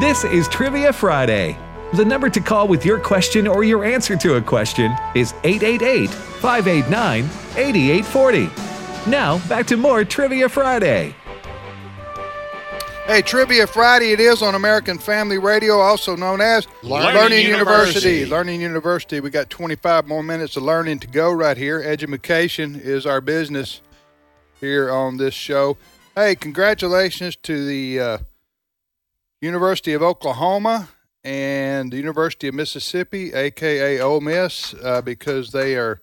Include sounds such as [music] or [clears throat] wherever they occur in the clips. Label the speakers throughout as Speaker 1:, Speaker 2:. Speaker 1: This is Trivia Friday. The number to call with your question or your answer to a question is 888 589 8840. Now, back to more Trivia Friday.
Speaker 2: Hey, Trivia Friday it is on American Family Radio, also known as
Speaker 3: Learning University.
Speaker 2: Learning University. We got 25 more minutes of learning to go right here. Education is our business here on this show. Hey, congratulations to the uh, University of Oklahoma and the University of Mississippi, aka Ole Miss, uh, because they are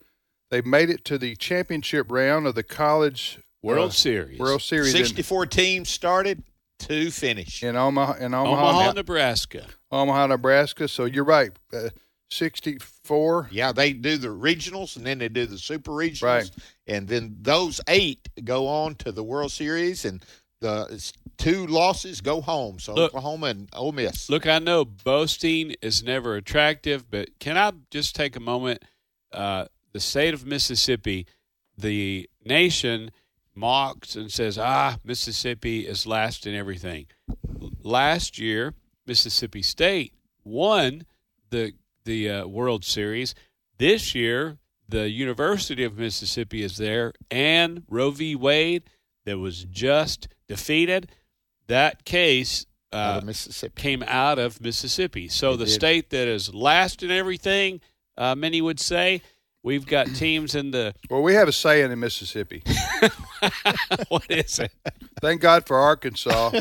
Speaker 2: they made it to the championship round of the college
Speaker 3: World
Speaker 2: uh,
Speaker 3: Series.
Speaker 2: World Series in-
Speaker 4: 64 teams started, two finished.
Speaker 2: in Omaha. In
Speaker 3: Omaha, Nebraska.
Speaker 2: Omaha, Nebraska. So you're right. Uh, 64.
Speaker 4: Yeah, they do the regionals and then they do the super regionals.
Speaker 2: Right.
Speaker 4: And then those eight go on to the World Series and the it's two losses go home. So
Speaker 3: Look.
Speaker 4: Oklahoma and Ole Miss.
Speaker 3: Look, I know boasting is never attractive, but can I just take a moment? Uh, the state of Mississippi, the nation mocks and says, ah, Mississippi is last in everything. L- Last year, Mississippi State won the, the uh, World Series. This year, the University of Mississippi is there, and Roe v. Wade, that was just defeated. That case.
Speaker 4: out of
Speaker 3: Uh,
Speaker 4: Mississippi.
Speaker 3: came out of Mississippi. So
Speaker 4: It
Speaker 3: the
Speaker 4: did.
Speaker 3: state that is last in everything, uh, many would say. We've got teams in the [laughs]
Speaker 2: Well, we have a saying in Mississippi.
Speaker 3: what is it?
Speaker 2: Thank God for
Speaker 3: [laughs]
Speaker 2: Arkansas,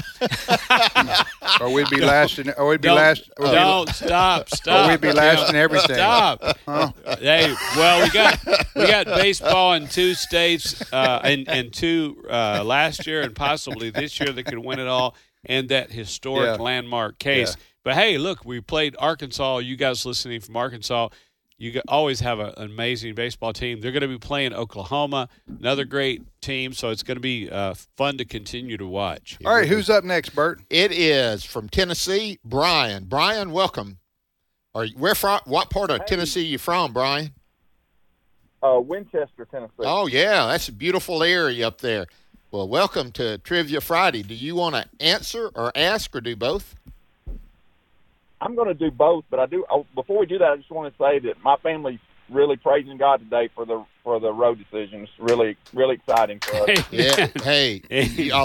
Speaker 2: or we'd be last in, or we'd be
Speaker 3: Don't,
Speaker 2: last, or,
Speaker 3: don't stop, stop.
Speaker 2: we'd be last in
Speaker 3: Now,
Speaker 2: everything.
Speaker 3: Stop.
Speaker 2: Uh-huh.
Speaker 3: Hey, well, we got we got baseball in two states, uh, and and two uh, last year, and possibly this year that could win it all, and that historic
Speaker 2: Yeah.
Speaker 3: landmark case. But hey, look, we played Arkansas. You guys listening from Arkansas, you g- always have a, an amazing baseball team. They're going to be playing Oklahoma, another great team. So it's going to be uh, fun to continue to watch.
Speaker 2: All right, who's up next, Bert?
Speaker 4: It is from Tennessee, Brian. Brian, welcome. Are you, where from? What part of Tennessee you from, Brian?
Speaker 5: uh, Winchester, Tennessee.
Speaker 4: Oh yeah, that's a beautiful area up there. Well, welcome to Trivia Friday. Do you want to answer or ask or do both?
Speaker 5: I'm going to do both, but I do. I, before we do that, I just want to say that my family's really praising God today for the for the road decision. It's really really exciting for us.
Speaker 3: [laughs]
Speaker 4: Yeah. hey,
Speaker 3: Yeah.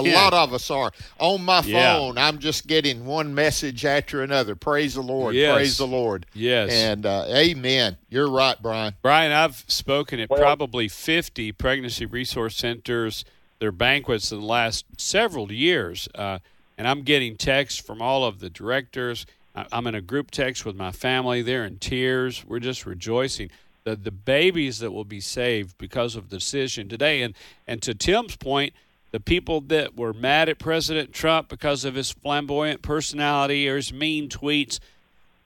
Speaker 4: a lot of us are. On my
Speaker 3: Yeah.
Speaker 4: phone, I'm just getting one message after another. Praise the Lord.
Speaker 3: Yes.
Speaker 4: Praise the Lord.
Speaker 3: Yes.
Speaker 4: And uh, amen. You're right, Brian.
Speaker 3: Brian, I've spoken at
Speaker 5: Well-
Speaker 3: probably 50 pregnancy resource centers, their banquets in the last several years. Uh, and I'm getting texts from all of the directors. I- I'm in a group text with my family. They're in tears. We're just rejoicing. The, the babies that will be saved because of the decision today. And, and to Tim's point, the people that were mad at President Trump because of his flamboyant personality or his mean tweets,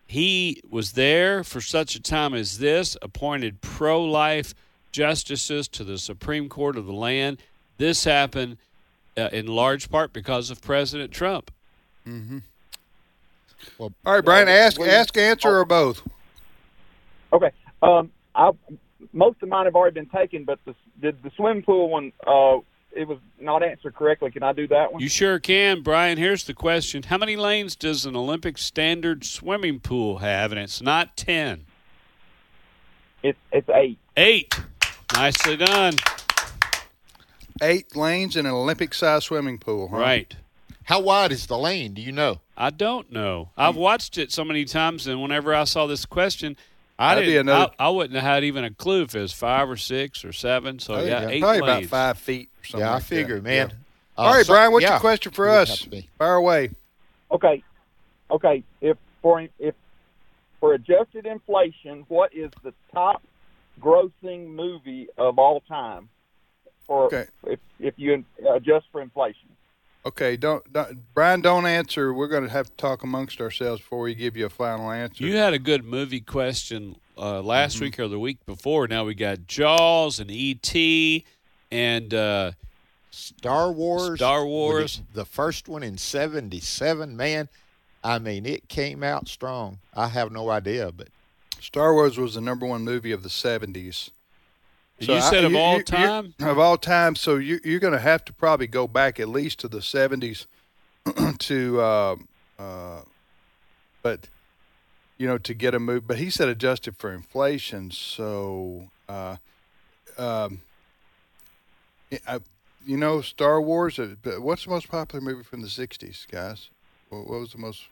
Speaker 3: he was there for such a time as this, appointed pro life justices to the Supreme Court of the land. This happened uh, in large part because of President Trump.
Speaker 2: All right, Brian, ask, ask,
Speaker 4: oh.
Speaker 2: answer, or both.
Speaker 5: [laughs] Okay. Um, I most of mine have already been taken, but the the, the swimming pool one uh, it was not answered correctly. Can I do that one?
Speaker 3: You sure can, Brian. Here's the question How many lanes does an Olympic standard swimming pool have? And it's not 10,
Speaker 5: it's it's eight.
Speaker 3: eight. Nicely done.
Speaker 2: Eight lanes in an Olympic-sized swimming pool. Huh?
Speaker 3: Right.
Speaker 4: How wide is the lane? Do you know?
Speaker 3: I don't know. I've watched it so many times, and whenever I saw this question, I
Speaker 2: That'd be
Speaker 3: didn't.
Speaker 2: another-
Speaker 3: I, I wouldn't have had even a clue if it was five or six or seven. So
Speaker 2: I think,
Speaker 3: oh, yeah,
Speaker 2: uh,
Speaker 3: eight
Speaker 2: probably
Speaker 3: lanes.
Speaker 2: about five feet. Or something
Speaker 4: yeah, I
Speaker 2: like that.
Speaker 4: figure,
Speaker 2: Yeah.
Speaker 4: man. Uh,
Speaker 2: All right,
Speaker 4: so-
Speaker 2: Brian, what's
Speaker 4: yeah.
Speaker 2: your question for
Speaker 4: It would have
Speaker 2: us?
Speaker 4: to be.
Speaker 2: Fire away.
Speaker 5: Okay. Okay. If for if for adjusted inflation, what is the top grossing movie of all time? For
Speaker 2: Okay.
Speaker 5: if if you adjust for inflation.
Speaker 2: Okay, don't, don't Brian, don't answer. We're going to have to talk amongst ourselves before we give you a final answer.
Speaker 3: You had a good movie question uh, last
Speaker 2: Mm-hmm.
Speaker 3: week or the week before. Now we got Jaws and E.T. and uh,
Speaker 4: Star Wars.
Speaker 3: Star
Speaker 4: with
Speaker 3: Wars.
Speaker 4: The, the first one in 77, man. I mean, it came out strong. I have no idea, but
Speaker 2: Star Wars was the number one movie of the seventies.
Speaker 3: you said of all time.
Speaker 2: of all time. So you, you're going to have to probably go back at least to the seventies [clears throat] to, uh, uh, but you know, to get a move. But he said adjusted for inflation. So, uh, um, yeah, I, you know, Star Wars. uh, but What's the most popular movie from the '60s, guys? What what was the most?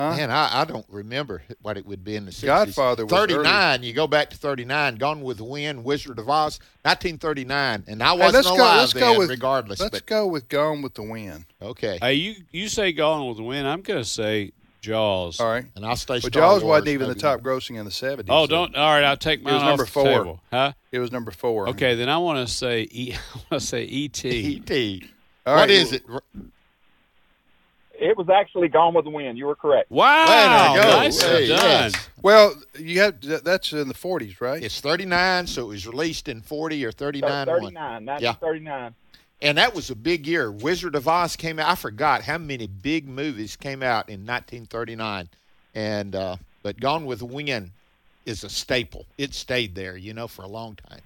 Speaker 2: Huh?
Speaker 4: Man, I, I don't remember what it would be in the 60s.
Speaker 2: Godfather was early.
Speaker 4: 39, you go back to 39, Gone with the Wind, Wizard of Oz, 1939. And I
Speaker 2: Hey,
Speaker 4: wasn't alive then,
Speaker 2: with
Speaker 4: regardless.
Speaker 2: Let's
Speaker 4: But,
Speaker 2: go with Gone with the Wind.
Speaker 4: okay.
Speaker 3: Hey, you you say Gone with the Wind? I'm gonna say Jaws.
Speaker 2: All right.
Speaker 4: And I'll stay
Speaker 2: Well,
Speaker 4: Star
Speaker 2: Jaws
Speaker 4: Wars,
Speaker 2: wasn't even the
Speaker 4: maybe.
Speaker 2: top grossing in the '70s.
Speaker 3: Oh,
Speaker 2: so
Speaker 3: don't. All right, I'll take mine
Speaker 2: uh, was
Speaker 3: off
Speaker 2: number
Speaker 3: the
Speaker 2: four.
Speaker 3: table. Huh?
Speaker 2: It was number four.
Speaker 3: Okay, then I want to say e- [laughs] I want to say
Speaker 2: E
Speaker 4: [laughs]
Speaker 3: E.T.
Speaker 4: E.T.
Speaker 2: All
Speaker 4: E. What
Speaker 2: right.
Speaker 4: is it?
Speaker 5: It was actually Gone with the Wind. You were correct.
Speaker 3: Wow,
Speaker 4: Way to go.
Speaker 3: nice
Speaker 4: Hey,
Speaker 3: done.
Speaker 4: yes.
Speaker 2: Well, you have th- that's in the '40s, right?
Speaker 4: It's 39, so it was released in 40 or 39. one.
Speaker 5: 39, 1939.
Speaker 4: And that was a big year. Wizard of Oz came out. I forgot how many big movies came out in 1939. And uh, but Gone with the Wind is a staple. It stayed there, you know, for a long time.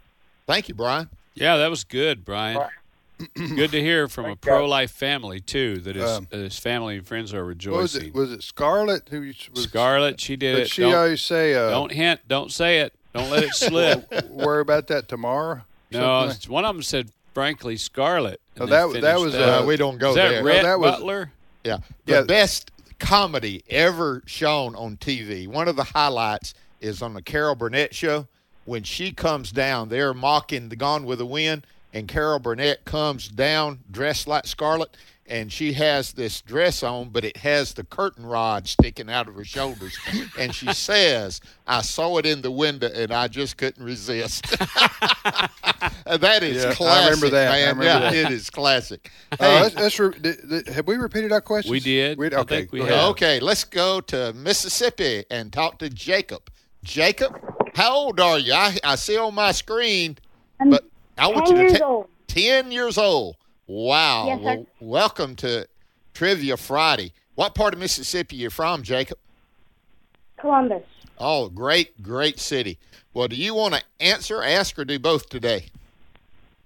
Speaker 4: Thank you, Brian.
Speaker 3: Yeah, that was good, Brian.
Speaker 5: All
Speaker 3: [clears throat] Good to hear from a
Speaker 5: Thank
Speaker 3: pro life family too. That his,
Speaker 2: Um,
Speaker 3: his family and friends are
Speaker 2: What was it?
Speaker 3: rejoicing.
Speaker 2: Was it Scarlet? Who was
Speaker 3: Scarlett, she did
Speaker 2: But
Speaker 3: it.
Speaker 2: she
Speaker 3: don't,
Speaker 2: always say, uh,
Speaker 3: don't hint. Don't say it. Don't let it slip.
Speaker 2: [laughs] worry about that
Speaker 3: [laughs]
Speaker 2: tomorrow.
Speaker 3: no,
Speaker 2: Something
Speaker 3: it's- one of them said, "Frankly, Scarlet." and
Speaker 2: Oh, that-
Speaker 3: they
Speaker 2: that was,
Speaker 3: finished
Speaker 4: Uh,
Speaker 2: Uh,
Speaker 4: we don't go
Speaker 3: Is that
Speaker 4: there.
Speaker 3: Rhett
Speaker 2: that was-
Speaker 3: Butler?
Speaker 4: Yeah. The
Speaker 2: Yeah.
Speaker 4: best comedy ever shown on TV. One of the highlights is on the Carol Burnett show. When she comes down, they're mocking the Gone with the Wind, and Carol Burnett comes down dressed like Scarlet, and she has this dress on, but it has the curtain rod sticking out of her shoulders.
Speaker 2: [laughs]
Speaker 4: and she says, I saw it in the window and I just couldn't resist. [laughs] that is
Speaker 2: Yeah, I remember
Speaker 4: classic.
Speaker 2: that. I
Speaker 4: man.
Speaker 2: remember
Speaker 4: yeah,
Speaker 2: that.
Speaker 4: it is classic.
Speaker 2: Uh, let's, let's re- did- did- have we repeated our questions?
Speaker 3: We did.
Speaker 2: We'd-
Speaker 3: I
Speaker 2: okay.
Speaker 3: think we
Speaker 2: go
Speaker 3: have. Oh,
Speaker 2: ahead.
Speaker 4: Okay, let's go to Mississippi and talk to Jacob. Jacob, how old are you? I, I see on my screen,
Speaker 6: I'm
Speaker 4: but I want
Speaker 6: 10
Speaker 4: you to
Speaker 6: years
Speaker 4: ta-
Speaker 6: old.
Speaker 4: 10 years old. Wow.
Speaker 6: Yes, sir.
Speaker 4: well, welcome to Trivia Friday. What part of Mississippi you from, Jacob?
Speaker 6: Columbus.
Speaker 4: Oh, great, great city. Well, do you want to answer, ask, or do both today?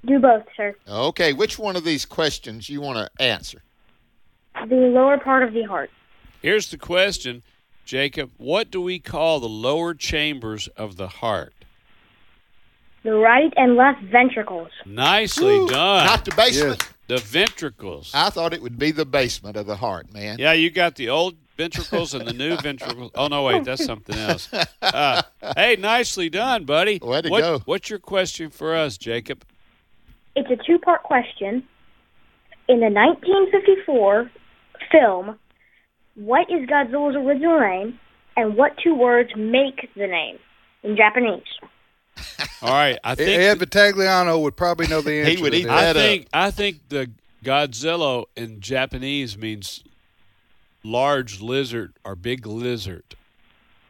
Speaker 6: Do both, sir.
Speaker 4: Okay, which one of these questions you want to answer?
Speaker 6: The lower part of the heart.
Speaker 3: Here's the question, Jacob. What do we call the lower chambers of the heart?
Speaker 6: The right and left ventricles.
Speaker 3: Nicely done.
Speaker 4: Not the basement.
Speaker 3: the ventricles.
Speaker 4: I thought it would be the basement of the heart, man.
Speaker 3: Yeah, you got the old ventricles and
Speaker 4: [laughs]
Speaker 3: the new ventricles. Oh no, wait, that's something else. Uh, hey, nicely done, buddy.
Speaker 4: Way to
Speaker 3: What-
Speaker 4: go.
Speaker 3: What's your question for us, Jacob?
Speaker 6: It's a two part question. In the 1954 film, what is Godzilla's original name and what two words make the name in Japanese?
Speaker 3: All right,
Speaker 4: [laughs]
Speaker 3: I
Speaker 2: E-
Speaker 3: think
Speaker 2: Ed Vitagliano would probably know
Speaker 3: [laughs]
Speaker 2: the answer.
Speaker 4: would
Speaker 2: to
Speaker 4: eat
Speaker 2: this.
Speaker 4: that.
Speaker 3: I
Speaker 4: up.
Speaker 3: think I think the Godzilla in Japanese means large lizard or big lizard.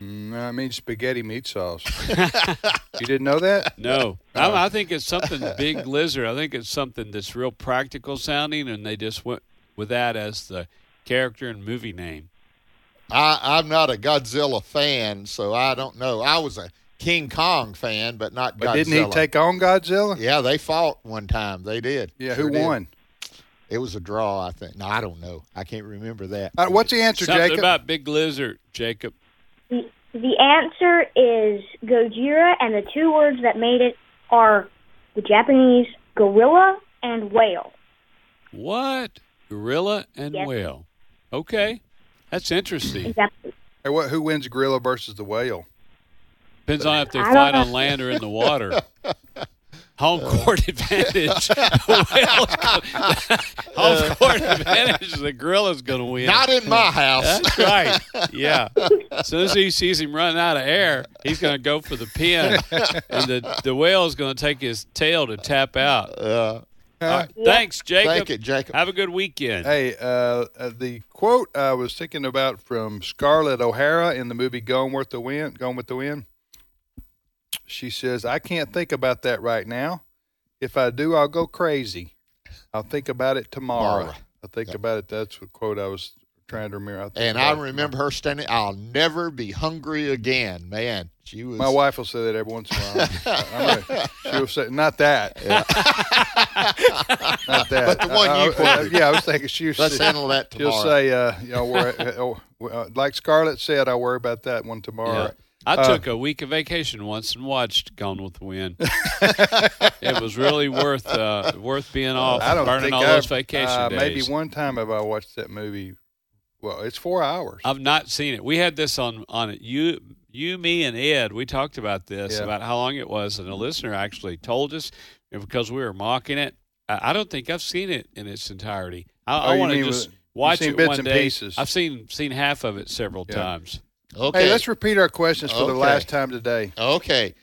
Speaker 2: Mm, I mean, spaghetti meat
Speaker 3: [laughs]
Speaker 2: sauce. you didn't know that?
Speaker 3: No,
Speaker 4: Oh.
Speaker 3: I, I think it's
Speaker 4: [laughs]
Speaker 3: something big lizard. I think it's something that's real practical sounding, and they just went with that as the character and movie name.
Speaker 4: I, I'm not a Godzilla fan, so I don't know. I was a King Kong fan, but not
Speaker 2: But
Speaker 4: Godzilla.
Speaker 2: didn't he take on Godzilla?
Speaker 4: Yeah, they fought one time. They did.
Speaker 2: Yeah,
Speaker 4: Sure
Speaker 2: who
Speaker 4: did.
Speaker 2: won?
Speaker 4: It was a draw, I think. No, I don't know. I can't remember that.
Speaker 2: Uh, what's the answer,
Speaker 3: Something
Speaker 2: Jacob?
Speaker 3: about big lizard, Jacob.
Speaker 6: The, the answer is Gojira, and the two words that made it are the Japanese gorilla and whale.
Speaker 3: What? Gorilla and
Speaker 6: Yes.
Speaker 3: whale. Okay. That's interesting.
Speaker 6: Exactly.
Speaker 2: Hey, what, who wins gorilla versus the whale?
Speaker 3: Depends on if they
Speaker 6: I don't
Speaker 3: fight
Speaker 6: know.
Speaker 3: on land or in the
Speaker 6: [laughs]
Speaker 3: water. Home
Speaker 4: Uh.
Speaker 3: court advantage. [laughs] Whale's gonna- [laughs] Home court advantage. The gorilla's going to win.
Speaker 4: Uh. Not in my house.
Speaker 3: That's right. Yeah. As soon as he sees him running out of air, he's going to go for the pin, and the the whale's going to take his tail to tap out.
Speaker 4: [laughs] Uh,
Speaker 2: Huh?
Speaker 3: All right. Thanks, Jacob.
Speaker 4: thank you, Jacob.
Speaker 3: Have a good weekend.
Speaker 2: Hey, uh, uh, the quote I was thinking about from Scarlett O'Hara in the movie Gone with the Wind, Gone with the Wind. She says, "I can't think about that right now. If I do, I'll go crazy. I'll think about it tomorrow.
Speaker 4: Tomorrow.
Speaker 2: I'll think about it." That's what quote I was trying to remember. I think
Speaker 4: And I
Speaker 2: that's-
Speaker 4: remember her standing, I'll never be hungry again. Man, she was.
Speaker 2: My wife will say that every once in a while. I
Speaker 4: [laughs]
Speaker 2: mean, she'll say, "Not that, [laughs] not that."
Speaker 4: But the one
Speaker 2: I-
Speaker 4: you
Speaker 2: I-
Speaker 4: quoted.
Speaker 2: yeah, I was thinking she was.
Speaker 4: Let's handle that
Speaker 2: She'll
Speaker 4: tomorrow.
Speaker 2: say, uh, "You know, we're, uh, uh, like Scarlett said, I worry about that one tomorrow."
Speaker 3: Yeah. I
Speaker 2: Uh,
Speaker 3: took a week of vacation once and watched Gone with
Speaker 2: [laughs]
Speaker 3: the Wind. it was really worth uh, worth being
Speaker 4: Oh,
Speaker 3: off,
Speaker 2: I don't
Speaker 3: burning
Speaker 2: think
Speaker 3: all
Speaker 2: I've,
Speaker 3: those vacation
Speaker 2: uh,
Speaker 3: days.
Speaker 2: Maybe one time have I watched that movie. Well, it's four
Speaker 4: Uh,
Speaker 2: hours.
Speaker 3: I've not seen it. We had this on on it. You you me and Ed. We talked about this
Speaker 2: Yeah.
Speaker 3: about how long it was, and a listener actually told us and because we were mocking it. I, I don't think I've seen it in its entirety. I,
Speaker 2: Oh,
Speaker 3: I
Speaker 2: you
Speaker 3: want to
Speaker 2: mean
Speaker 3: just
Speaker 2: with-
Speaker 3: watch
Speaker 2: seen
Speaker 3: it
Speaker 2: bits
Speaker 3: one
Speaker 2: and
Speaker 3: day.
Speaker 2: pieces.
Speaker 3: I've seen seen half of it several
Speaker 2: Yeah.
Speaker 3: times.
Speaker 4: okay.
Speaker 2: Hey, let's repeat our questions for the
Speaker 4: Okay.
Speaker 2: last time today.
Speaker 4: okay.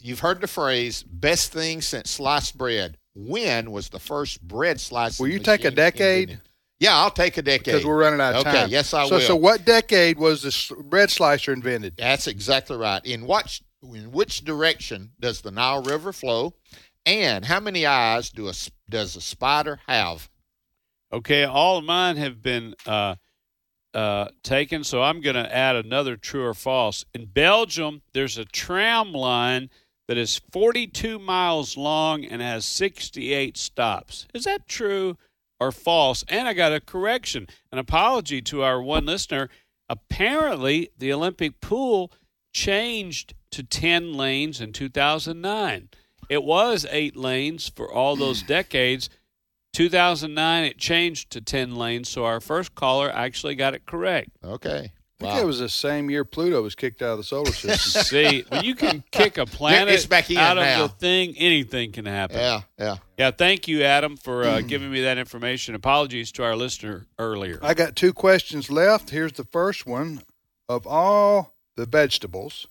Speaker 4: You've heard the phrase best thing since sliced bread. When was the first bread slice?
Speaker 2: Will you take a decade?
Speaker 4: Yeah, I'll take a decade.
Speaker 2: Because we're running out of
Speaker 4: Okay,
Speaker 2: time.
Speaker 4: yes, I
Speaker 2: so,
Speaker 4: will.
Speaker 2: So, what decade was the s- bread slicer invented?
Speaker 4: That's exactly right. In what in which direction does the Nile River flow? And how many eyes do a s- does a spider have?
Speaker 3: Okay, all of mine have been uh, uh, taken, so I'm going to add another true or false. In Belgium, there's a tram line that is 42 miles long and has 68 stops. Is that true or false? And I got a correction, an apology to our one listener. Apparently, the Olympic pool changed to 10 lanes in 2009. It was eight lanes for all those decades. 2009 it changed to 10 lanes so our first caller actually got it correct
Speaker 4: Okay.
Speaker 2: I think it was the same year Pluto was kicked out of the
Speaker 4: [laughs]
Speaker 2: solar system.
Speaker 3: see when you can kick a planet
Speaker 4: It's back in
Speaker 3: out of
Speaker 4: now.
Speaker 3: the thing anything can happen
Speaker 4: Yeah, yeah.
Speaker 3: Yeah, thank you adam for uh, giving me that information apologies to our listener earlier
Speaker 2: I got two questions left. Here's the first one. Of all the vegetables,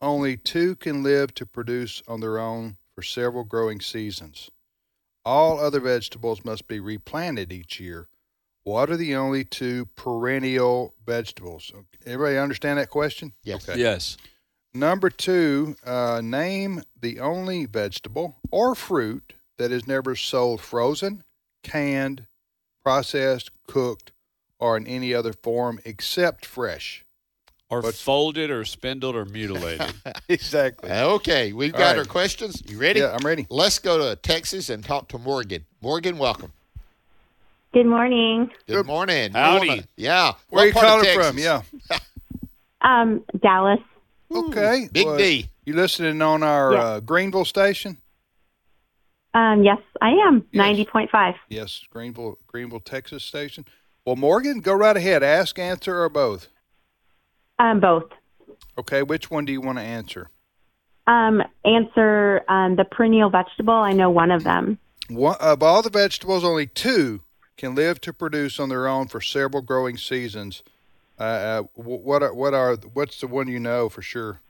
Speaker 2: only two can live to produce on their own for several growing seasons. All other vegetables must be replanted each year. What are the only two perennial vegetables? Everybody understand that question?
Speaker 4: Yes.
Speaker 3: yes
Speaker 2: Number two, uh, name the only vegetable or fruit that is never sold frozen, canned, processed, cooked, or in any other form except fresh.
Speaker 3: or
Speaker 2: What's-
Speaker 3: folded or spindled or mutilated
Speaker 2: exactly.
Speaker 4: Okay, we've
Speaker 2: All
Speaker 4: got
Speaker 2: right.
Speaker 4: our questions. You ready?
Speaker 2: Yeah, I'm ready.
Speaker 4: Let's go to Texas and talk to Morgan. Morgan, welcome.
Speaker 6: Good morning.
Speaker 4: Good, morning. You
Speaker 3: Howdy.
Speaker 4: wanna- yeah.
Speaker 2: Where
Speaker 4: What
Speaker 2: you
Speaker 4: part of
Speaker 2: calling
Speaker 4: Texas?
Speaker 2: from? Yeah.
Speaker 7: Um, Dallas.
Speaker 2: Okay.
Speaker 4: Big
Speaker 2: Well,
Speaker 4: D.
Speaker 2: You listening on our
Speaker 7: Yeah.
Speaker 2: uh, Greenville station?
Speaker 7: Um, yes, I am.
Speaker 2: Yes.
Speaker 7: 90.5.
Speaker 2: Yes, Greenville, Greenville, Texas station. Well, Morgan, go right ahead. Ask, answer, or both.
Speaker 7: Um, both.
Speaker 2: Okay, which one do you want to answer?
Speaker 7: Um, answer um, the perennial vegetable. I know one of them.
Speaker 2: One, of all the vegetables, only two can live to produce on their own for several growing seasons. Uh, uh, wh- what are, what are what's the one you know for sure?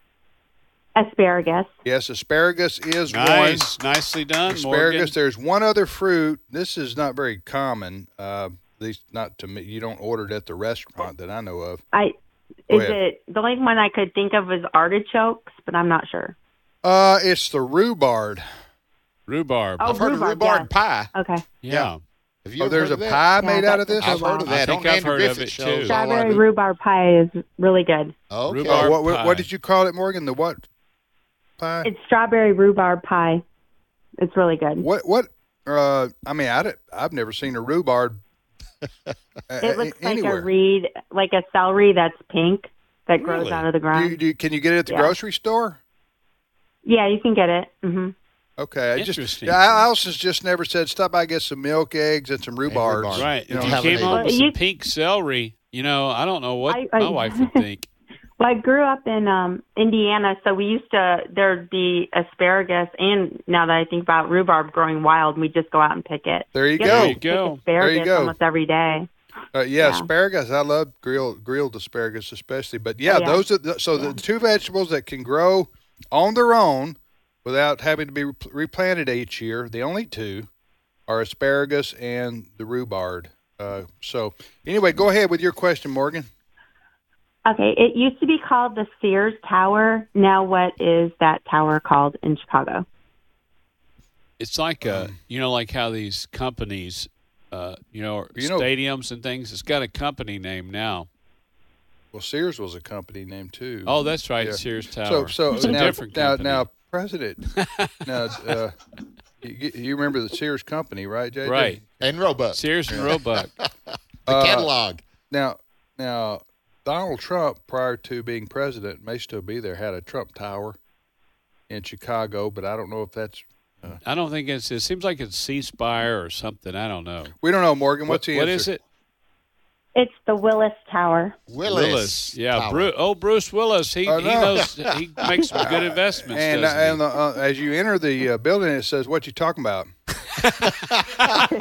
Speaker 7: Asparagus.
Speaker 2: Yes, asparagus is one.
Speaker 3: nice nicely done
Speaker 2: asparagus.
Speaker 3: Morgan.
Speaker 2: There's one other fruit. This is not very common. Uh, at least not to me. You don't order it at the restaurant that I know of.
Speaker 7: I
Speaker 2: Go
Speaker 7: is
Speaker 2: ahead.
Speaker 7: it the only one I could think of was artichokes, but I'm not sure.
Speaker 2: Uh, it's the rhubarb.
Speaker 3: rhubarb
Speaker 7: Oh,
Speaker 4: I've heard of
Speaker 7: rhubarb,
Speaker 4: rhubarb
Speaker 7: yeah.
Speaker 4: pie.
Speaker 7: Okay.
Speaker 3: yeah,
Speaker 4: Have you
Speaker 2: Oh,
Speaker 4: ever
Speaker 2: there's
Speaker 4: heard
Speaker 2: a
Speaker 4: of that?
Speaker 2: pie
Speaker 7: Yeah,
Speaker 2: made
Speaker 7: I
Speaker 2: out of
Speaker 7: think-
Speaker 2: this.
Speaker 4: I've heard of
Speaker 3: I
Speaker 4: that.
Speaker 3: think
Speaker 4: on
Speaker 3: I've
Speaker 4: Andy
Speaker 3: heard of
Speaker 4: Griffith
Speaker 3: it,
Speaker 4: shows.
Speaker 3: too.
Speaker 4: All I
Speaker 7: Strawberry
Speaker 4: knew.
Speaker 7: rhubarb pie is really good.
Speaker 4: Okay.
Speaker 3: Rhubarb.
Speaker 2: Uh, what, what,
Speaker 3: pie.
Speaker 2: what did you call it, Morgan? The what pie?
Speaker 7: It's strawberry rhubarb pie. It's really good.
Speaker 2: What what? Uh, I mean, I did, I've never seen a
Speaker 7: [laughs]
Speaker 2: rhubarb. uh,
Speaker 7: It looks
Speaker 2: a-
Speaker 7: like
Speaker 2: anywhere.
Speaker 7: a reed, like a celery that's pink that grows
Speaker 3: Really?
Speaker 7: out of the
Speaker 2: Do
Speaker 7: ground.
Speaker 2: you, do you- can you get it at the
Speaker 7: Yeah.
Speaker 2: grocery store?
Speaker 7: yeah, you can get it. hmm
Speaker 2: Okay, I just
Speaker 3: Interesting.
Speaker 2: yeah, I- Allison's just never said stop by and get some milk, eggs, and some rhubarb.
Speaker 4: rhubarb.
Speaker 3: right
Speaker 2: You know,
Speaker 3: if you
Speaker 4: have
Speaker 3: came
Speaker 4: an
Speaker 3: on
Speaker 7: egg.
Speaker 3: with
Speaker 7: Well,
Speaker 3: some
Speaker 7: you-
Speaker 3: pink celery you know i don't know what
Speaker 7: I- I-
Speaker 3: my wife
Speaker 7: [laughs]
Speaker 3: would think
Speaker 7: Well, I grew up in um, Indiana, so we used to there'd be asparagus, and now that I think about rhubarb growing wild, we just go out and pick it.
Speaker 2: There you
Speaker 7: Yes,
Speaker 2: go.
Speaker 3: There
Speaker 7: we
Speaker 3: you
Speaker 2: There you
Speaker 3: go.
Speaker 7: pick Asparagus
Speaker 2: go.
Speaker 7: almost every day.
Speaker 2: Uh, yeah,
Speaker 7: Yeah.
Speaker 2: asparagus. I love grilled grilled asparagus, especially. But yeah,
Speaker 7: Oh, yeah.
Speaker 2: those are the, so the two vegetables that can grow on their own without having to be repl- replanted each year. The only two are asparagus and the rhubarb. Uh, so anyway, go ahead with your question, Morgan.
Speaker 7: Okay, it used to be called the Sears Tower. Now, what is that tower called in Chicago?
Speaker 3: uh,
Speaker 2: Um,
Speaker 3: It's like a, you know, like how these companies uh, you know,
Speaker 2: You know-
Speaker 3: stadiums and things. It's got a company name now.
Speaker 2: Well, Sears was a company name too.
Speaker 3: Oh, that's right,
Speaker 2: Mm-hmm. Yeah.
Speaker 3: Sears
Speaker 2: So,
Speaker 3: Tower.
Speaker 2: so
Speaker 3: It's a
Speaker 2: now,
Speaker 3: different
Speaker 2: now,
Speaker 3: company.
Speaker 2: now, President,
Speaker 3: [laughs]
Speaker 2: now, uh, you, you remember the Sears company, right, JJ?
Speaker 3: right,
Speaker 4: And Roebuck.
Speaker 3: Sears
Speaker 2: [laughs]
Speaker 3: and Roebuck.
Speaker 4: The
Speaker 2: Uh,
Speaker 4: catalog.
Speaker 2: Now, now, Donald Trump, prior to being president, may still be there, had a Trump Tower in Chicago, but I don't know if that's.
Speaker 3: I don't think it's. It seems like it's C Spire or something. I don't know.
Speaker 2: We don't know, Morgan. What's the
Speaker 3: what
Speaker 2: answer?
Speaker 3: is it?
Speaker 7: It's the Willis Tower.
Speaker 4: Willis.
Speaker 3: Yeah,
Speaker 4: Tower.
Speaker 3: Bruce, oh Bruce Willis. He,
Speaker 2: I
Speaker 3: he
Speaker 2: know.
Speaker 3: knows.
Speaker 2: [laughs]
Speaker 3: He makes some good investments.
Speaker 2: And uh,
Speaker 3: doesn't he?
Speaker 2: and the, uh, as you enter the uh, building, it says, "What you talking about?"
Speaker 3: I'm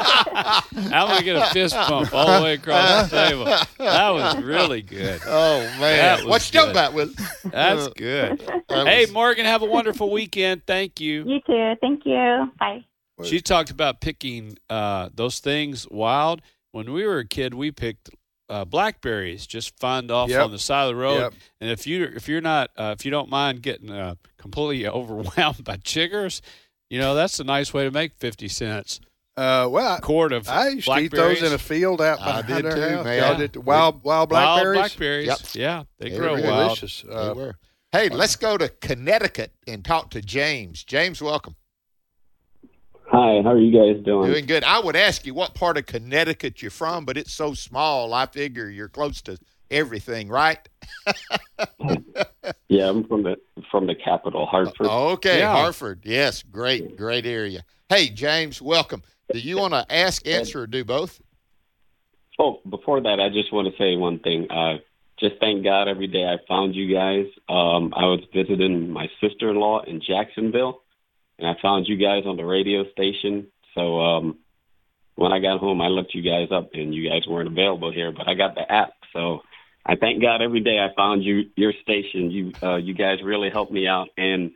Speaker 3: gonna get a fist bump all the way across the table. That was really good.
Speaker 4: Oh,
Speaker 3: That was
Speaker 4: man. What's done
Speaker 3: good.
Speaker 4: about Willis? [laughs]
Speaker 3: That's good.
Speaker 2: Uh,
Speaker 4: That
Speaker 3: Hey
Speaker 4: was-
Speaker 3: Morgan, have a wonderful weekend. Thank you.
Speaker 7: [laughs]
Speaker 2: [laughs]
Speaker 7: You too. Thank you. Bye.
Speaker 3: She talked about picking uh, those things wild. When we were a kid, we picked uh, blackberries just find off
Speaker 2: Yep.
Speaker 3: on the side of the road.
Speaker 2: Yep.
Speaker 3: And if you if you're not uh, if you don't mind getting uh, completely [laughs] overwhelmed by chiggers, you know that's a nice way to make fifty cents
Speaker 2: Uh, well,
Speaker 3: a quart of
Speaker 2: I used to eat
Speaker 3: blackberries.
Speaker 2: those in a field out
Speaker 4: I
Speaker 2: behind
Speaker 4: did
Speaker 2: our
Speaker 4: too,
Speaker 2: house.
Speaker 4: man.
Speaker 2: Y'all did wild wild blackberries.
Speaker 3: Wild blackberries.
Speaker 4: Yep.
Speaker 3: Yeah, they
Speaker 4: They
Speaker 3: grow
Speaker 4: were
Speaker 3: wild.
Speaker 2: Delicious.
Speaker 4: They
Speaker 2: Uh,
Speaker 4: were. Hey, let's go to Connecticut and talk to James. James, welcome.
Speaker 8: Hi, how are you guys doing?
Speaker 4: Doing good. I would ask you what part of Connecticut you're from, but it's so small. I figure you're close to everything, right?
Speaker 8: Yeah, I'm from the from the capital, Hartford.
Speaker 4: Okay,
Speaker 3: Yeah.
Speaker 4: Hartford. Yes, great, great area. Hey, James, welcome. Do you want to ask, answer, or do both?
Speaker 8: Oh, before that, I just want to say one thing. Uh, just thank God every day I found you guys. Um, I was visiting my sister in law in Jacksonville, and I found you guys on the radio station. So um, when I got home, I looked you guys up, and you guys weren't available here, but I got the app. So I thank God every day I found you your station. You uh, you guys really helped me out, and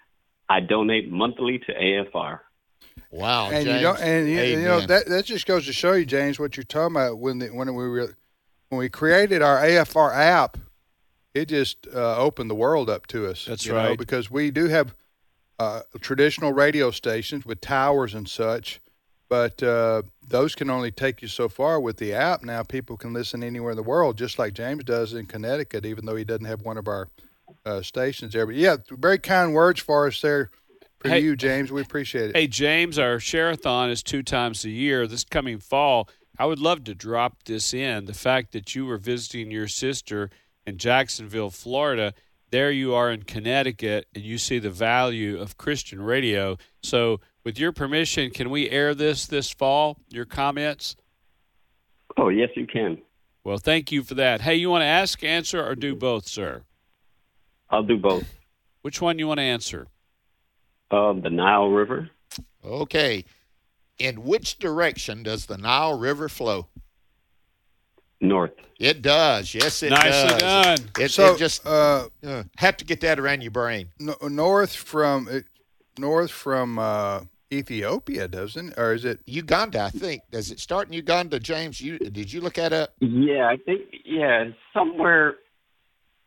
Speaker 8: I donate monthly to AFR.
Speaker 4: Wow,
Speaker 2: and
Speaker 4: James.
Speaker 2: you don't, and you, you know
Speaker 4: Amen.
Speaker 2: that that just goes to show you, James, what you're talking about when the, when we were, when we created our AFR app, it just uh, opened the world up to us.
Speaker 3: That's
Speaker 2: you know,
Speaker 3: right.
Speaker 2: because we do have uh, traditional radio stations with towers and such, but uh, those can only take you so far. With the app now, people can listen anywhere in the world, just like James does in Connecticut, even though he doesn't have one of our uh, stations there. But yeah, very kind words for us there. For
Speaker 3: Hey-
Speaker 2: you, James, we appreciate it.
Speaker 3: Hey, James, our share-a-thon is two times a year. This coming fall, I would love to drop this in. The fact that you were visiting your sister in Jacksonville, Florida, there you are in Connecticut, and you see the value of Christian radio. So, with your permission, can we air this this fall? Your comments.
Speaker 8: Oh yes, you can.
Speaker 3: Well, thank you for that. Hey, you want to ask, answer, or do both, sir?
Speaker 8: I'll do both.
Speaker 3: Which one you want to answer?
Speaker 8: Um, the Nile River.
Speaker 4: Okay. In which direction does the Nile River flow?
Speaker 8: North.
Speaker 4: It does. Yes, it
Speaker 3: Nicely
Speaker 4: does.
Speaker 3: done.
Speaker 4: It,
Speaker 2: so
Speaker 4: it just
Speaker 2: uh,
Speaker 4: uh, have to get that around your brain.
Speaker 2: no, north from it- north from uh, Ethiopia, doesn't or is it?
Speaker 4: Uganda, I think. Does it start in Uganda, James? You did you look that up?
Speaker 8: Yeah, I think yeah, somewhere.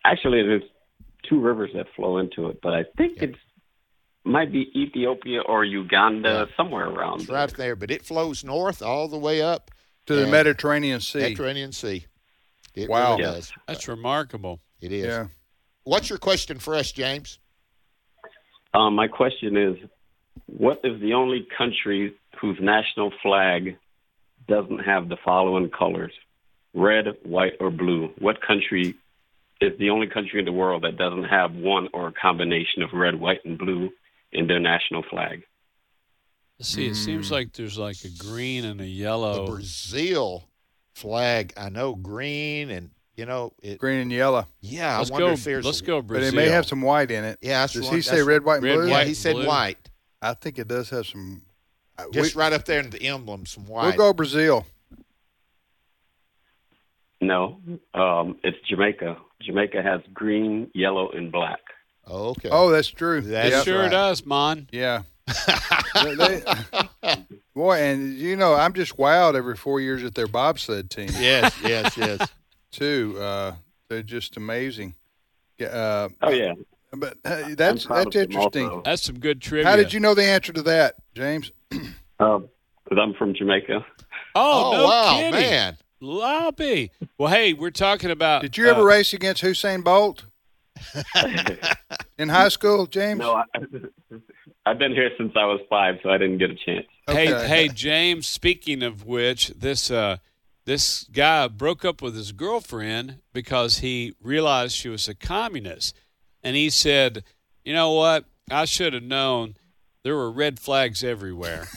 Speaker 8: Actually, there's two rivers that flow into it, but I think
Speaker 4: Yeah.
Speaker 8: it's might be Ethiopia or Uganda, somewhere around.
Speaker 4: It's right there, but it flows north all the way up
Speaker 2: To the
Speaker 4: Yeah.
Speaker 2: Mediterranean Sea.
Speaker 4: Mediterranean Sea. It
Speaker 2: Wow.
Speaker 4: really
Speaker 8: Yeah.
Speaker 4: does.
Speaker 3: That's remarkable.
Speaker 4: It is.
Speaker 2: Yeah.
Speaker 4: What's your question for us, James?
Speaker 8: there. Um, my question is, what is the only country whose national flag doesn't have the following colors: red, white, or blue? What country is the only country in the world that doesn't have one or a combination of red, white, and blue in their national flag?
Speaker 3: Let's see, it seems like there's like a green and a
Speaker 4: the
Speaker 3: yellow.
Speaker 4: Brazil flag. I know green and you know it.
Speaker 2: Green and yellow,
Speaker 4: Yeah,
Speaker 3: Let's
Speaker 4: I wonder
Speaker 3: go.
Speaker 4: if there's.
Speaker 3: Let's go
Speaker 2: but
Speaker 3: Brazil.
Speaker 2: it may have some white in it.
Speaker 4: Yeah, that's
Speaker 2: Does
Speaker 4: one-
Speaker 2: he say
Speaker 4: that's-
Speaker 2: red, white, and
Speaker 3: Red,
Speaker 2: blue?
Speaker 4: Yeah,
Speaker 3: white,
Speaker 4: he
Speaker 3: and
Speaker 4: said
Speaker 3: blue.
Speaker 4: white.
Speaker 2: I think it does have some. I-
Speaker 4: Just
Speaker 2: we,
Speaker 4: right up there in the emblem, some
Speaker 2: We'll
Speaker 4: white.
Speaker 2: go Brazil.
Speaker 8: No, um, it's Jamaica. Jamaica has green, yellow, and black.
Speaker 4: Okay.
Speaker 2: Oh, that's true.
Speaker 4: That's
Speaker 2: yeah.
Speaker 4: Yep.
Speaker 3: sure
Speaker 4: right.
Speaker 3: does, Mon.
Speaker 4: [laughs]
Speaker 2: Yeah. They- they- boy, and you know, I'm just wowed every four years at their bobsled team.
Speaker 4: [laughs] yes, yes, yes.
Speaker 2: Too. Uh, they're just amazing. Yeah. Uh,
Speaker 8: Oh yeah,
Speaker 2: but uh, that's
Speaker 8: I'm proud
Speaker 2: that's
Speaker 8: of them
Speaker 2: interesting.
Speaker 8: also.
Speaker 3: That's some good trivia.
Speaker 2: How did you know the answer to that, James?
Speaker 8: Um, 'cause I'm from Jamaica.
Speaker 3: Oh, no
Speaker 4: wow,
Speaker 3: kidding.
Speaker 4: man.
Speaker 3: Lobby. Well, hey, we're talking about.
Speaker 2: Did you ever
Speaker 3: uh,
Speaker 2: race against Hussein
Speaker 3: [laughs]
Speaker 2: Bolt in high school, James?
Speaker 8: No, I, [laughs] I've been here since I was five, so I didn't get a chance.
Speaker 2: Okay.
Speaker 3: Hey, hey, James. Speaking of which, this uh, this guy broke up with his girlfriend because he realized she was a communist, and he said, "You know what? I should have known. There were red
Speaker 2: [laughs]
Speaker 3: flags everywhere.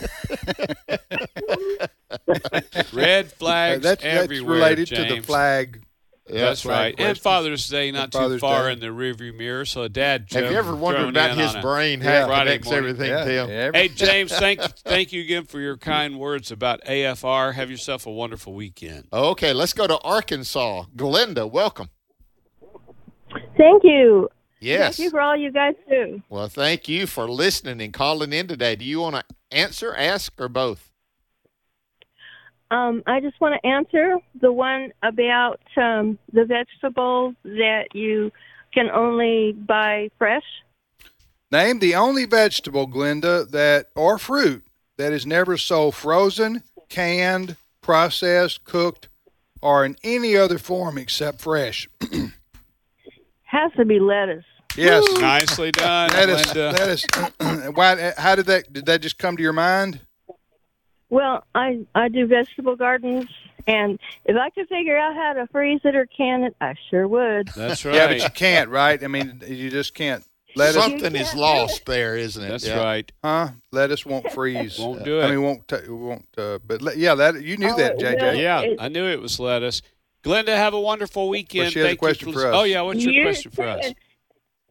Speaker 3: red
Speaker 2: Uh,
Speaker 3: flags
Speaker 2: that's, that's
Speaker 3: everywhere.
Speaker 2: related to the
Speaker 3: James.
Speaker 2: flag.
Speaker 3: That's
Speaker 2: flag
Speaker 3: right. And
Speaker 2: questions.
Speaker 3: Father's Day not too
Speaker 2: Father's
Speaker 3: far
Speaker 2: Day.
Speaker 3: in the rearview mirror, so a dad.
Speaker 4: Have you
Speaker 3: joke
Speaker 4: ever wondered
Speaker 3: thrown
Speaker 4: about
Speaker 3: in
Speaker 4: his
Speaker 3: on a-
Speaker 4: brain, how
Speaker 3: Yeah.
Speaker 4: it
Speaker 3: Friday
Speaker 4: connects
Speaker 3: morning.
Speaker 4: everything
Speaker 2: Yeah,
Speaker 4: to him?
Speaker 2: every-
Speaker 3: Hey James, thank thank you again for your kind words about AFR. Have yourself a wonderful weekend.
Speaker 4: Okay, let's go to Arkansas. Glenda, welcome.
Speaker 7: Thank you.
Speaker 4: Yes.
Speaker 7: Thank you for all you guys do.
Speaker 4: Well, thank you for listening and calling in today. Do you want to answer, ask, or both?
Speaker 7: Um, I just want to answer the one about um, the vegetables that you can only buy fresh.
Speaker 2: Name the only vegetable, Glenda, that or fruit that is never sold frozen, canned, processed, cooked, or in any other form except fresh. [clears throat]
Speaker 7: Has to be lettuce.
Speaker 2: Yes.
Speaker 3: Nicely done,
Speaker 2: That is
Speaker 3: Linda.
Speaker 2: that is [clears throat] why how did that did that just come to your mind?
Speaker 7: Well, I I do vegetable gardens, and if I could figure out how to freeze it or can it, I sure would.
Speaker 3: That's
Speaker 2: Yeah, but
Speaker 3: right.
Speaker 2: you can't, right? I mean, you just can't. Lettuce,
Speaker 4: Something is lost there, isn't it?
Speaker 3: That's
Speaker 4: Yeah.
Speaker 3: right.
Speaker 2: huh? Lettuce won't freeze.
Speaker 3: Won't do
Speaker 2: I
Speaker 3: it.
Speaker 2: mean, won't t- won't. Uh, but le- yeah, that you knew
Speaker 7: Oh,
Speaker 2: that,
Speaker 7: it
Speaker 2: JJ.
Speaker 7: will.
Speaker 3: yeah,
Speaker 7: it-
Speaker 3: I knew it was lettuce. Glenda, have a wonderful weekend.
Speaker 2: she has a
Speaker 3: Thank
Speaker 2: question
Speaker 3: you
Speaker 2: for us.
Speaker 3: Oh yeah, what's your
Speaker 7: You
Speaker 3: question for us?
Speaker 7: said-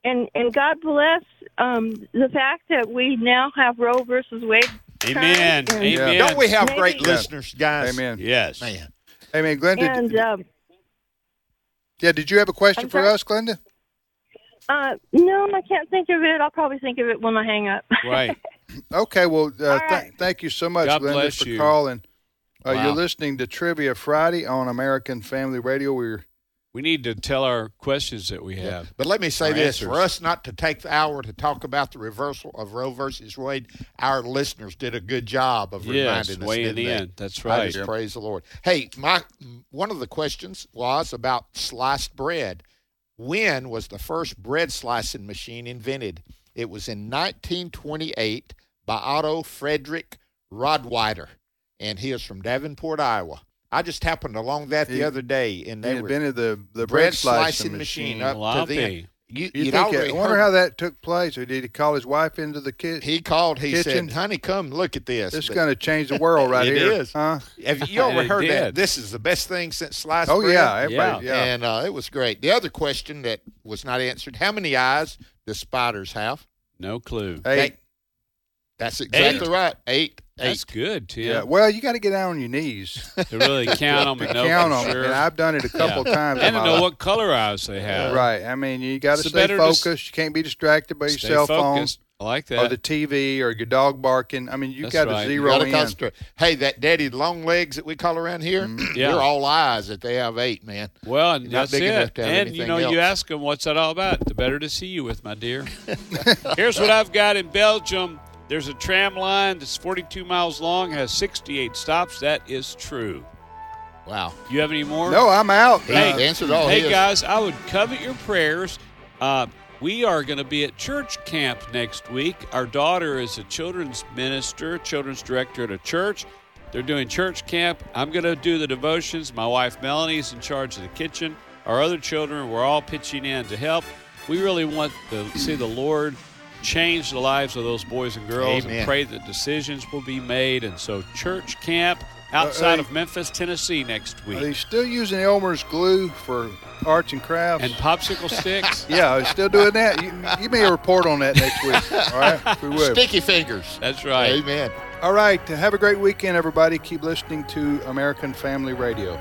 Speaker 7: And and God bless um, the fact that we now have Roe versus Wade.
Speaker 3: Amen.
Speaker 7: Yeah.
Speaker 3: Amen.
Speaker 4: Don't we have
Speaker 7: Maybe-
Speaker 4: great
Speaker 2: Yeah.
Speaker 4: listeners, guys?
Speaker 2: Amen.
Speaker 3: Yes.
Speaker 4: Man.
Speaker 2: Amen. Glenda.
Speaker 7: And
Speaker 2: did-
Speaker 7: um,
Speaker 2: yeah, did you have a question
Speaker 7: I'm
Speaker 2: for
Speaker 7: sorry?
Speaker 2: us, Glenda?
Speaker 7: uh, no, I can't think of it. I'll probably think of it when I hang up.
Speaker 3: Right.
Speaker 2: Okay, well, uh,
Speaker 7: All
Speaker 2: th-
Speaker 7: right.
Speaker 2: thank you so much,
Speaker 3: God
Speaker 2: Linda,
Speaker 3: bless
Speaker 2: for
Speaker 3: you.
Speaker 2: calling. Uh,
Speaker 3: Wow.
Speaker 2: You're listening to Trivia Friday on American Family Radio. We're
Speaker 3: We need to tell our questions that we have.
Speaker 4: But let me say
Speaker 3: Our
Speaker 4: this for
Speaker 3: answers.
Speaker 4: us not to take the hour to talk about the reversal of Roe versus Wade, our listeners did a good job of
Speaker 3: Yes,
Speaker 4: reminding us.
Speaker 3: weighing
Speaker 4: didn't they?
Speaker 3: in. That's
Speaker 4: I
Speaker 3: right.
Speaker 4: just praise the Lord. Hey, my one of the questions was about sliced bread. When was the first bread slicing machine invented? It was in 1928 by Otto Frederick Rodwider, and he is from Davenport, Iowa. I just happened along that the
Speaker 2: He-
Speaker 4: other day, and
Speaker 2: they
Speaker 4: they were
Speaker 2: invented the the bread, Uh,
Speaker 4: bread slicing machine up to the
Speaker 3: Lobby.
Speaker 4: end. You,
Speaker 2: You
Speaker 4: you'd
Speaker 2: think?
Speaker 4: already
Speaker 2: I wonder
Speaker 4: heard-
Speaker 2: how that took place. Or did he call his wife into the kitchen?
Speaker 4: he called. He
Speaker 2: kitchen-
Speaker 4: said, "Honey, come look at this."
Speaker 2: This is
Speaker 4: But
Speaker 2: going to change the world right
Speaker 4: It
Speaker 2: here.
Speaker 4: is.
Speaker 2: Huh? [laughs]
Speaker 4: have you ever
Speaker 3: It
Speaker 4: heard
Speaker 3: did.
Speaker 4: that? This is the best thing since sliced
Speaker 2: Oh
Speaker 4: bread.
Speaker 2: yeah, everybody. Yeah.
Speaker 4: And uh, it was great. The other question that was not answered: How many eyes do spiders have?
Speaker 3: No clue.
Speaker 2: Hey,
Speaker 4: Eight. That's exactly right. Eight.
Speaker 3: That's
Speaker 4: Eight.
Speaker 3: good, Tim.
Speaker 2: yeah. Well, you got to get down on your
Speaker 3: [laughs]
Speaker 2: knees, [laughs]
Speaker 3: To really count them
Speaker 2: to
Speaker 3: and know
Speaker 2: count
Speaker 3: for
Speaker 2: on, 'em,
Speaker 3: sure.
Speaker 2: and I've done it a couple
Speaker 3: Yeah.
Speaker 2: times. in
Speaker 3: and
Speaker 2: my
Speaker 3: to know
Speaker 2: life.
Speaker 3: what color eyes they have.
Speaker 2: Right. I mean, you got to
Speaker 3: It's
Speaker 2: stay
Speaker 3: better to s-
Speaker 2: focused. you can't be distracted by your
Speaker 3: Stay
Speaker 2: cell phone.
Speaker 3: focused. I like
Speaker 2: or
Speaker 3: that.
Speaker 2: the TV or your dog barking. I mean, you
Speaker 3: That's
Speaker 2: got
Speaker 3: right.
Speaker 2: to
Speaker 4: You
Speaker 3: You
Speaker 2: zero
Speaker 4: gotta
Speaker 2: in.
Speaker 4: concentrate. Hey, that daddy long legs that we call around here,
Speaker 2: Mm-hmm.
Speaker 3: Yeah.
Speaker 4: they're all eyes that they have eight, man.
Speaker 3: well, and
Speaker 4: You're not
Speaker 3: that's
Speaker 4: big enough
Speaker 3: it.
Speaker 4: to have
Speaker 3: And you
Speaker 4: anything
Speaker 3: know, you
Speaker 4: else.
Speaker 3: ask them, "What's that all about?" The better to see you with,
Speaker 2: [laughs]
Speaker 3: my dear. Here's what I've got in Belgium. There's a tram line that's 42 miles long, has 68 stops. That is true.
Speaker 4: Wow.
Speaker 3: You have any more?
Speaker 2: No, I'm out.
Speaker 4: He
Speaker 3: Hey,
Speaker 4: answered all
Speaker 3: hey
Speaker 4: his.
Speaker 3: guys, I would covet your prayers. Uh, we are going to be at church camp next week. Our daughter is a children's minister, children's director at a church. They're doing church camp. I'm going to do the devotions. My wife Melanie is in charge of the kitchen. Our other children, we're all pitching in to help. We really want to see the Lord change the lives of those boys and girls
Speaker 4: Amen.
Speaker 3: and pray that decisions will be made. And so, church camp outside
Speaker 2: Uh,
Speaker 3: of Memphis, Tennessee next week.
Speaker 2: Are they still using Elmer's glue for arts and crafts?
Speaker 3: and popsicle sticks.
Speaker 2: yeah, are they still doing that? You, you may report on that next week. All right, if we would.
Speaker 4: [laughs] Sticky fingers.
Speaker 3: That's right.
Speaker 4: Amen.
Speaker 2: All right, have a great weekend, everybody. Keep listening to American Family Radio.